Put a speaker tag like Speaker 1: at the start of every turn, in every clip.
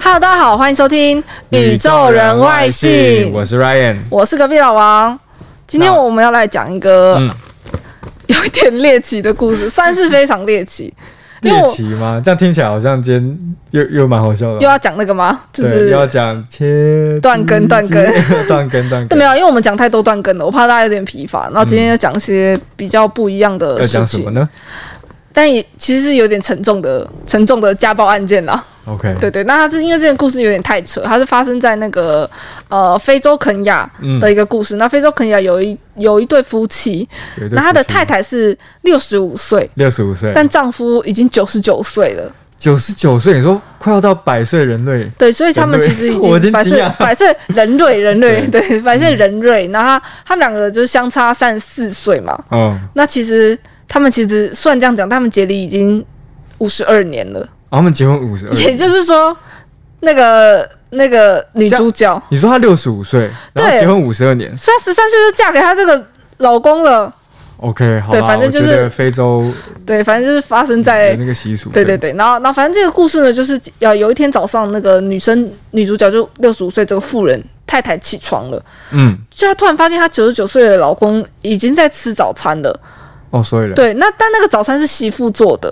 Speaker 1: Hello，大家好，欢迎收听《宇宙人外星》，
Speaker 2: 我是 Ryan。
Speaker 1: 我是隔壁老王。今天
Speaker 2: 那
Speaker 1: 我们要来讲一个
Speaker 2: 嗯
Speaker 1: 有一点猎奇的故 事，算是非常猎奇，因为
Speaker 2: 猎
Speaker 1: 我
Speaker 2: 奇吗？这样听起来好像今天又又蛮好笑的。
Speaker 1: 又要讲那个吗？就
Speaker 2: 对，
Speaker 1: 是
Speaker 2: 又要讲切
Speaker 1: 断根断根
Speaker 2: 断根断
Speaker 1: 对，没
Speaker 2: 根。
Speaker 1: 有，啊因为我们讲太多断根了，我怕大家有点疲乏。然后今天要讲一些比较不一样的
Speaker 2: 嗯要
Speaker 1: 事
Speaker 2: 讲什
Speaker 1: 情，
Speaker 2: 么呢
Speaker 1: 但也其实是有点沉重的、沉重的家暴案件啦。
Speaker 2: ？OK，
Speaker 1: 对对，那它是因为这个故事有点太扯，它是发生在那个呃非洲肯亚
Speaker 2: 嗯
Speaker 1: 的一个故事。那非洲肯亚有一有一对夫妻，
Speaker 2: 有一对
Speaker 1: 那他的
Speaker 2: 夫妻
Speaker 1: 太太是六十五岁，
Speaker 2: 六十五岁，
Speaker 1: 但丈夫已经九十九岁了。
Speaker 2: 九十九岁，你说快要到百岁人类，
Speaker 1: 对，所以他们
Speaker 2: 人
Speaker 1: 其
Speaker 2: 类
Speaker 1: 实已
Speaker 2: 我已
Speaker 1: 经
Speaker 2: 经
Speaker 1: 百岁
Speaker 2: 惊讶
Speaker 1: 百岁人 类人类
Speaker 2: 对嗯
Speaker 1: 对百岁人类，然后他他们两个就是相差三十四岁嘛。
Speaker 2: 嗯，
Speaker 1: 那其实他们其实虽然这样讲，他们结离已经五十二年了，
Speaker 2: 他们结婚五十二，
Speaker 1: 也就是说，那个那个女
Speaker 2: 这样
Speaker 1: 主角。
Speaker 2: 你说她六十五岁，然后
Speaker 1: 对
Speaker 2: 结婚五十二年
Speaker 1: 所以她十三岁就嫁给她这个老公了。
Speaker 2: ，OK，好
Speaker 1: 对
Speaker 2: 啦
Speaker 1: 反正就是
Speaker 2: 我觉得非洲
Speaker 1: 对，反正就是发生
Speaker 2: 有
Speaker 1: 在
Speaker 2: 那。个习俗，
Speaker 1: 对对对，然后，然后反正这个故事呢，就是呃，有一天早上，那个女生女主角就六十五岁这个妇人太太起床了，
Speaker 2: 嗯，
Speaker 1: 就她突然发现她九十九岁的老公已经在吃早餐了。
Speaker 2: 哦，所以了，
Speaker 1: 对，那但那个早餐是媳妇做的，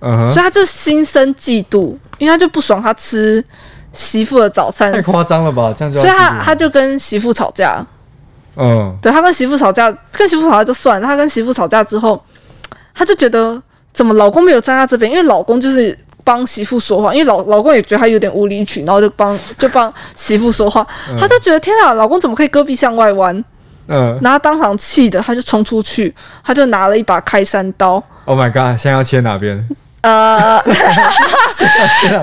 Speaker 2: 嗯
Speaker 1: 所以
Speaker 2: 哼，
Speaker 1: 她就心生嫉妒，因为她就不爽她吃媳妇的早餐，
Speaker 2: 太夸张了吧，这样就要
Speaker 1: 所以
Speaker 2: 嫉妒
Speaker 1: 她
Speaker 2: 了
Speaker 1: 她就跟媳妇吵架。
Speaker 2: 嗯。
Speaker 1: 对他跟媳妇吵架，跟媳妇吵架就算了，他跟媳妇吵架之后，他就觉得怎么老公没有站在这边，因为老公就是帮媳妇说话，因为老老公也觉得他有点无理取闹，就帮就帮媳妇说话，
Speaker 2: 嗯
Speaker 1: 他就觉得天啊，老公怎么可以胳膊向外弯？
Speaker 2: 嗯
Speaker 1: 然后他当场气的，他就冲出去，他就拿了一把开山刀，
Speaker 2: ，Oh my god！现在要切 哪边？
Speaker 1: 呃，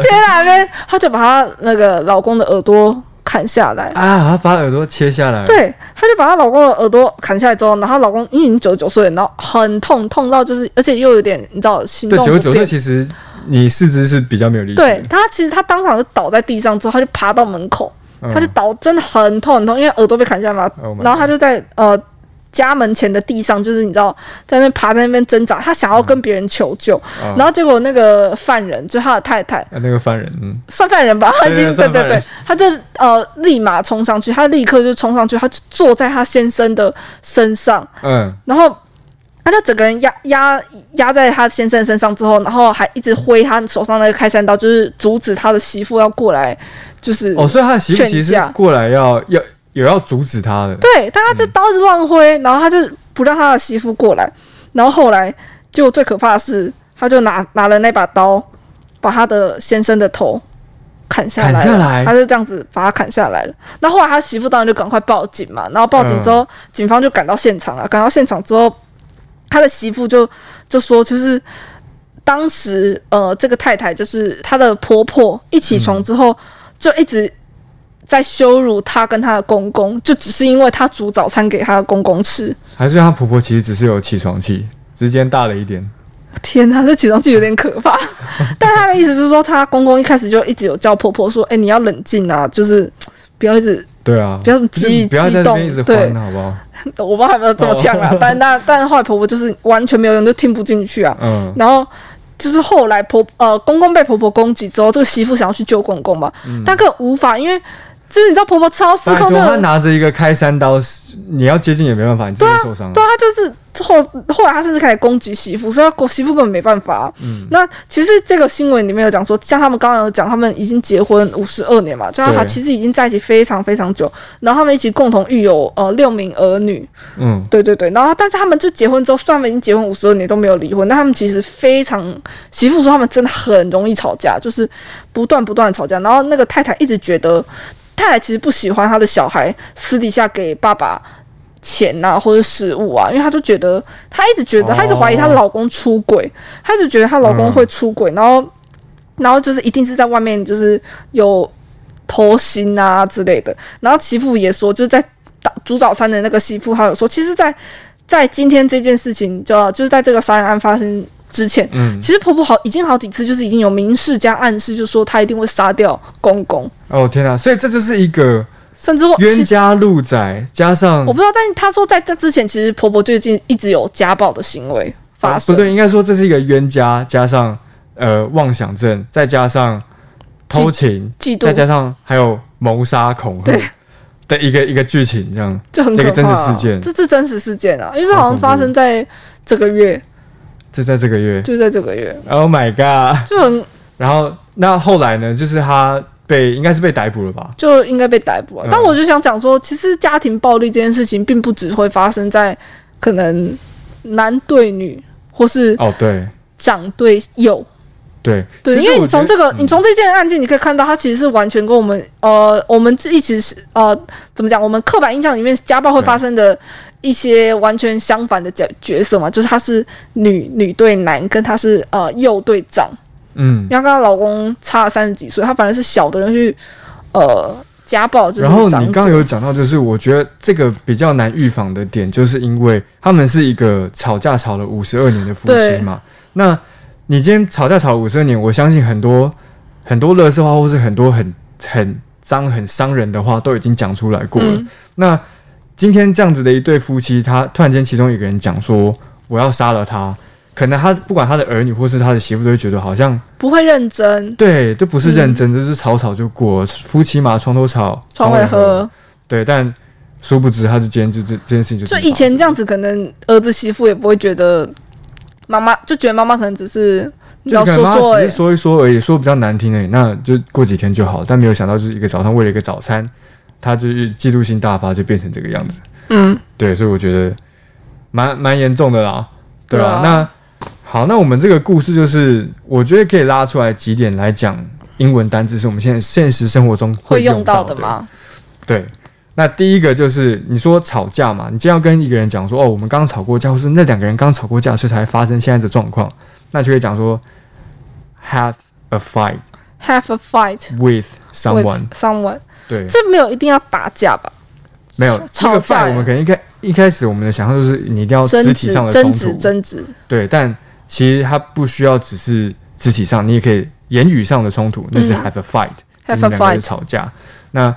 Speaker 1: 接哪边，他就把他那个老公的耳朵砍下来。
Speaker 2: 啊，他把耳朵切下来。，
Speaker 1: 对，她就把她老公的耳朵砍下来之后，然后她老公因为已经九十九岁了，然后很痛，痛到就是，而且又有点你知道心
Speaker 2: 对，
Speaker 1: 动
Speaker 2: 九
Speaker 1: 不
Speaker 2: 十九岁
Speaker 1: 便。
Speaker 2: 其实你四肢是比较没有力气
Speaker 1: 对
Speaker 2: 的。
Speaker 1: 她其实她当场就倒在地上之后，她就爬到门口，
Speaker 2: 嗯
Speaker 1: 她就倒，真的很痛很痛，因为耳朵被砍下来嘛。
Speaker 2: Oh my
Speaker 1: 然后她就在呃家门前的地上，就是你知道在那边爬在那边挣扎，她想要跟别人求救，
Speaker 2: 啊
Speaker 1: 然后结果那个犯人就她的太太，
Speaker 2: 啊那个犯人，嗯，
Speaker 1: 算犯人吧，他已经
Speaker 2: 对
Speaker 1: 对
Speaker 2: 算
Speaker 1: 对
Speaker 2: 犯
Speaker 1: 对
Speaker 2: 人，
Speaker 1: 他就呃立马冲上去，他立刻就冲上去，他就坐在他先生的身上，
Speaker 2: 嗯，
Speaker 1: 然后呃他就整个人压压压在他先生身上之后，然后还一直挥他手上那个开山刀，就是阻止他的媳妇要过来，就是、
Speaker 2: 哦，所以他的媳妇
Speaker 1: 劝
Speaker 2: 其实
Speaker 1: 架
Speaker 2: 是过来要要有要阻止他的。
Speaker 1: 对，但他就刀子乱挥，然后他就不让他的媳妇过来，然后后来结果最可怕的是，他就拿拿了那把刀，把他的先生的头砍下来了，
Speaker 2: 砍下来
Speaker 1: 他就这样子把他砍下来了。那后来他媳妇当然就赶快报警嘛，然后报警之后，警方就赶到现场了，赶到现场之后，他的媳妇就就说就是。当时，呃，这个太太就是她的婆婆，一起床之后、就一直在羞辱她跟她的公公，就只是因为她煮早餐给她的公公吃。
Speaker 2: 还是她婆婆其实只是有起床气，之间大了一点。
Speaker 1: 天哪，这起床气有点可怕。但她的意思就是说，她公公一开始就一直有叫婆婆说：“哎、你要冷静啊，就是不要一直
Speaker 2: 对啊，
Speaker 1: 不要激
Speaker 2: 就不要在
Speaker 1: 激
Speaker 2: 那
Speaker 1: 动
Speaker 2: 边一直
Speaker 1: 对
Speaker 2: 欢，好不好？
Speaker 1: 我不知道有没有这么呛啊。
Speaker 2: 哦
Speaker 1: 但但但后来婆婆就是完全没有用，就听不进去啊。
Speaker 2: 嗯，
Speaker 1: 然后就是后来婆呃公公被婆婆攻击之后，这个媳妇想要去救公公嘛，但更无法，因为就是你知道婆婆超失
Speaker 2: 嗯拜
Speaker 1: 控，就
Speaker 2: 托，
Speaker 1: 很
Speaker 2: 他拿着一个开山刀，你要接近也没办法，你直接受伤了
Speaker 1: 对。啊，他就是后后来他甚至开始攻击媳妇，所以他媳妇根本没办法、啊
Speaker 2: 嗯
Speaker 1: 那其实这个新闻里面有讲说，像他们刚刚有讲，他们已经结婚五十二年嘛，就他
Speaker 2: 对
Speaker 1: 其实已经在一起非常非常久，然后他们一起共同育有呃六名儿女，
Speaker 2: 嗯，
Speaker 1: 对对对，然后但是他们就结婚之后，虽然他们已经结婚五十二年都没有离婚，那他们其实非常媳妇说他们真的很容易吵架，就是不断不断的吵架，然后那个太太一直觉得太太其实不喜欢她的小孩私底下给爸爸。钱呐、或者食物啊，因为她就觉得，她一直觉得，
Speaker 2: 哦
Speaker 1: 她一直怀疑她老公出轨，她一直觉得她老
Speaker 2: 嗯
Speaker 1: 公会出轨，然后，然后就是一定是在外面就是有偷腥啊之类的。然后媳妇也说，就是在打煮早餐的那个媳妇，她有说，其实在，在今天这件事情，就就是在这个杀人案发生之前，
Speaker 2: 嗯
Speaker 1: 其实婆婆好已经好几次就是已经有明示加暗示，就说她一定会杀掉公公，
Speaker 2: 哦天啊，所以这就是一个
Speaker 1: 甚至或
Speaker 2: 冤
Speaker 1: 哦其
Speaker 2: 家路窄，加上
Speaker 1: 我不知道，但是她说在这之前，其实婆婆最近一直有家暴的行为发
Speaker 2: 啊
Speaker 1: 生。
Speaker 2: 不对，应该说这是一个冤家，加上呃妄想症，再加上偷情，
Speaker 1: 嫉
Speaker 2: 再加
Speaker 1: 妒，
Speaker 2: 上还有谋杀、恐吓
Speaker 1: 对
Speaker 2: 的一个一个剧情，这样
Speaker 1: 就很可怕、
Speaker 2: 这个
Speaker 1: 啊。
Speaker 2: 真实事件哦
Speaker 1: 这是真实事件啊，因为这好
Speaker 2: 好
Speaker 1: 像
Speaker 2: 恐怖
Speaker 1: 发生在这个月，
Speaker 2: 就在这个月。
Speaker 1: 就在这个月，
Speaker 2: Oh my god！
Speaker 1: 就很
Speaker 2: 然后那后来呢？就是他被应该是被逮捕了吧？
Speaker 1: 就应该被逮捕、啊
Speaker 2: 嗯。
Speaker 1: 但我就想讲说，其实家庭暴力这件事情，并不只会发生在可能男对女，或是
Speaker 2: 哦，对
Speaker 1: 长对幼。
Speaker 2: 对
Speaker 1: 对，
Speaker 2: 其实
Speaker 1: 因为
Speaker 2: 我
Speaker 1: 你
Speaker 2: 觉
Speaker 1: 从
Speaker 2: 得
Speaker 1: 这个，
Speaker 2: 嗯
Speaker 1: 你从这件案件，你可以看到，它其实是完全跟我们呃，我们一起是呃，怎么讲？我们刻板印象里面家暴会发生的一些完全相反的角角色嘛，就是她是女女对男，跟她是呃幼对长。
Speaker 2: 嗯，
Speaker 1: 因为她跟她老公差了三十几岁，她反而是小的人去呃家暴，就是
Speaker 2: 然后
Speaker 1: 长
Speaker 2: 你刚刚
Speaker 1: 者
Speaker 2: 有讲到，就是我觉得这个比较难预防的点，就是因为他们是一个吵架吵了五十二年的夫妻
Speaker 1: 对
Speaker 2: 嘛。那你今天吵架吵五十二年，我相信很多很多乐色话，或是很多很很脏、很伤人的话，都已经讲出来过了。
Speaker 1: 嗯
Speaker 2: 那今天这样子的一对夫妻，他突然间其中一个人讲说我要杀了他，可能他不管他的儿女或是他的媳妇，都会觉得好像
Speaker 1: 不会认真，
Speaker 2: 对，这不是认真，这是吵吵就过，夫妻嘛，床头吵，
Speaker 1: 嗯床尾
Speaker 2: 嗯
Speaker 1: 和。
Speaker 2: 对，但殊不知他是今天这这这件事情就
Speaker 1: 就
Speaker 2: 真的
Speaker 1: 以前这
Speaker 2: 发
Speaker 1: 样子，可能儿子媳妇也不会觉得妈妈就觉得妈妈可能只是你知道
Speaker 2: 生，就是
Speaker 1: 说
Speaker 2: 可能
Speaker 1: 说
Speaker 2: 妈
Speaker 1: 而
Speaker 2: 只
Speaker 1: 已
Speaker 2: 是。说一说而已，说比较难听而已，那就过几天就好。但没有想到，就是一个早上为了一个早餐，他就是嫉妒心大发，就变成这个样子。
Speaker 1: 嗯，
Speaker 2: 对，所以我觉得蛮蛮严重的啦，对啊，
Speaker 1: 对啊
Speaker 2: 那好，那我们这个故事就是，我觉得可以拉出来几点来讲英文单字，是我们现在现实生活中
Speaker 1: 会用
Speaker 2: 用
Speaker 1: 到
Speaker 2: 的
Speaker 1: 的？嘛。
Speaker 2: 对，那第一个就是你说吵架嘛，你今天要跟一个人讲说，哦，我们刚吵过架，或是那两个人刚吵过架，所以才发生现在的状况，那就可以讲说 have a fight
Speaker 1: Have a fight
Speaker 2: with
Speaker 1: with
Speaker 2: someone。
Speaker 1: someone，
Speaker 2: 对，
Speaker 1: 这没有一定要打架吧？
Speaker 2: 没有这
Speaker 1: 吵
Speaker 2: 个
Speaker 1: 架
Speaker 2: fight，我们可能一开一开始我们的想象就是你一定要哦肢
Speaker 1: 争
Speaker 2: 体
Speaker 1: 执
Speaker 2: 上、的冲
Speaker 1: 争
Speaker 2: 突
Speaker 1: 执、，争执，
Speaker 2: 对，但其实它不需要只是肢体上，你也可以言语上的冲突，那是
Speaker 1: 嗯
Speaker 2: have a fight，、就
Speaker 1: Have
Speaker 2: 是你
Speaker 1: a
Speaker 2: 们两个
Speaker 1: fight
Speaker 2: 人吵架。那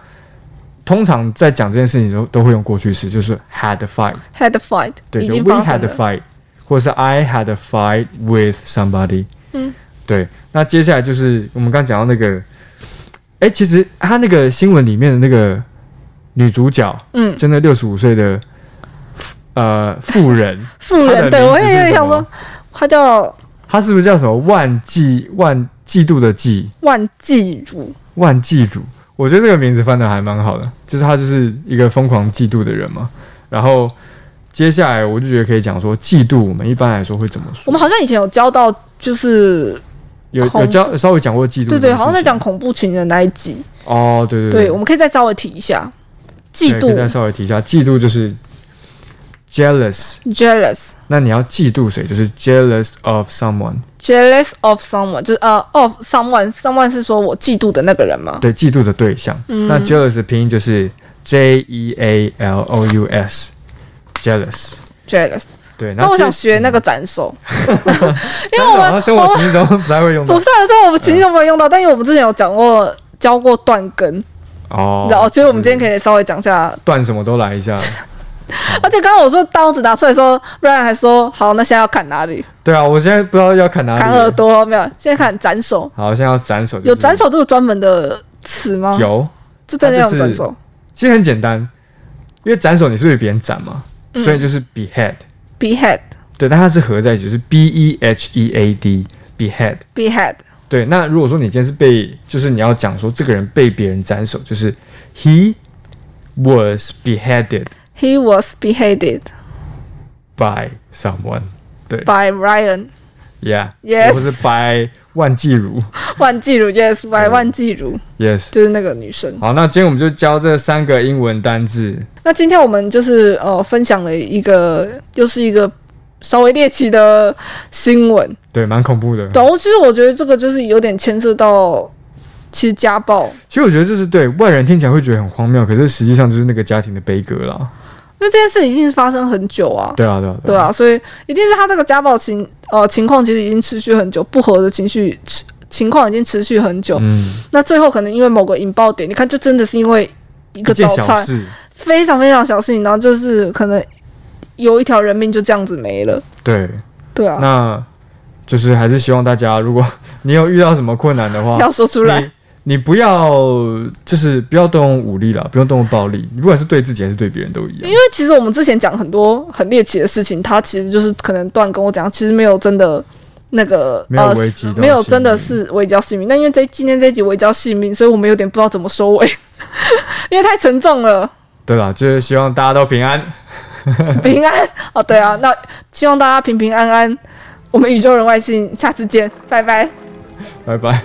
Speaker 2: 通常在讲这件事情都都会用过去式，就是 had a fight，
Speaker 1: had a fight，
Speaker 2: 对，
Speaker 1: 已
Speaker 2: 就
Speaker 1: 经
Speaker 2: we
Speaker 1: 发生
Speaker 2: had a
Speaker 1: 了。
Speaker 2: fight，或者是 I had a fight with somebody。
Speaker 1: 嗯，
Speaker 2: 对。那接下来就是我们刚讲到那个，哎、其实他那个新闻里面的那个女主角，
Speaker 1: 嗯，
Speaker 2: 真的六十五岁的呃 妇人，
Speaker 1: 富
Speaker 2: 她的
Speaker 1: 人，对
Speaker 2: 名
Speaker 1: 我
Speaker 2: 字
Speaker 1: 也有
Speaker 2: 是
Speaker 1: 点
Speaker 2: 什
Speaker 1: 想
Speaker 2: 么
Speaker 1: 说，他叫
Speaker 2: 她是不是叫什么万季万季度的季？
Speaker 1: 万季如，
Speaker 2: 万季主，我觉得这个名字翻的还蛮好的，就是他就是一个疯狂嫉妒的人嘛。然后接下来我就觉得可以讲说，嫉妒我们一般来说会怎么
Speaker 1: 我
Speaker 2: 说？
Speaker 1: 们好像以前有教到，就是
Speaker 2: 有有教稍微讲过嫉妒这
Speaker 1: 对
Speaker 2: 件事情，
Speaker 1: 对，好像在讲恐怖情人那一集，
Speaker 2: 哦，对对
Speaker 1: 对，我们可以再稍微提一下，嫉
Speaker 2: 对可以再
Speaker 1: 妒
Speaker 2: 稍微提一下，嫉妒就是 jealous。
Speaker 1: jealous。
Speaker 2: 那你要嫉妒谁？就是 jealous of someone。
Speaker 1: Jealous of someone，就是呃、of someone，someone 是说我嫉妒的那个人吗？
Speaker 2: 对，嫉妒的对象。
Speaker 1: 嗯
Speaker 2: 那 jealous 的拼音就是 j e a l o u s。jealous。
Speaker 1: jealous。
Speaker 2: 对，
Speaker 1: 那我想
Speaker 2: 接
Speaker 1: 学那个斩 首，因为
Speaker 2: 这
Speaker 1: 我
Speaker 2: 嗯种好
Speaker 1: 们
Speaker 2: 像生活情境中不太会用
Speaker 1: 我
Speaker 2: 到
Speaker 1: 们。上一次我们情
Speaker 2: 嗯
Speaker 1: 绪没有用到，但因为我们之前有讲过教过断根，
Speaker 2: 哦，
Speaker 1: 然后所以我们今天
Speaker 2: 以
Speaker 1: 可以稍微讲一下。
Speaker 2: 断什么都来一下。
Speaker 1: 而且刚刚我说刀子拿出来的时候，Ryan 还说好，那现在要砍哪里？
Speaker 2: 对啊，我现在不知道要砍哪里。
Speaker 1: 砍耳朵没有？现在砍斩首，
Speaker 2: 好，现在要斩首。
Speaker 1: 有斩首这个专门的词吗？
Speaker 2: 有，
Speaker 1: 就真的
Speaker 2: 它
Speaker 1: 用
Speaker 2: 就是
Speaker 1: 斩首。
Speaker 2: 其实很简单，因为斩首你是被别人斩嘛，所以就是 behead。
Speaker 1: behead
Speaker 2: 对，但它是合在一起，就是 b e h e a d behead。
Speaker 1: behead
Speaker 2: 对，那如果说你今天是被，就是你要讲说这个人被别人斩首，就是 he was beheaded
Speaker 1: he was beheaded
Speaker 2: by someone。对
Speaker 1: by Ryan
Speaker 2: ，yeah，
Speaker 1: Yes
Speaker 2: 或是 by 万季如
Speaker 1: 万季如 yes by 万季如，
Speaker 2: ，yes。
Speaker 1: 就是那个女生。
Speaker 2: 好，那今天我们就教这三个英文单字。
Speaker 1: 那今天我们就是呃分享了一个，又是一个稍微猎奇的新闻。
Speaker 2: 对，蛮恐怖的。
Speaker 1: 然后其实我觉得这个就是有点牵涉到其实家暴，
Speaker 2: 其实我觉得就是对外人听起来会觉得很荒谬，可是实际上就是那个家庭的悲歌啦。
Speaker 1: 因为这件事一定是发生很久啊。
Speaker 2: 对啊，对啊，
Speaker 1: 对啊，所以一定是他这个家暴情呃情况其实已经持续很久，不和的情绪持情况已经持续很久。
Speaker 2: 嗯，
Speaker 1: 那最后可能因为某个引爆点，你看，就真的是因为一个
Speaker 2: 一件
Speaker 1: 早
Speaker 2: 小
Speaker 1: 餐，
Speaker 2: 事，
Speaker 1: 非常非常小事情，然后就是可能有一条人命就这样子没了。
Speaker 2: 对，
Speaker 1: 对啊，
Speaker 2: 那就是还是希望大家，如果你有遇到什么困难的话，
Speaker 1: 要说出来。
Speaker 2: 你你不要就是不要动用武力了，不用动用暴力，你不管是对自己还是对别人都一样
Speaker 1: 因。为其实我们之前讲很多很猎奇的事情，他其实就是可能段跟我讲，其实没有真的那个
Speaker 2: 没有
Speaker 1: 呃
Speaker 2: 危及到
Speaker 1: 没有真的
Speaker 2: 性
Speaker 1: 是危及到性命。但因为这今天这一集危及到性命，所以我们有点不知道怎么收尾， 因为太沉重了。
Speaker 2: 对啦，就是希望大家都平安。
Speaker 1: 平安哦，对啊，那希望大家平平安安。我们宇宙人外星，下次见，拜拜。
Speaker 2: 拜拜。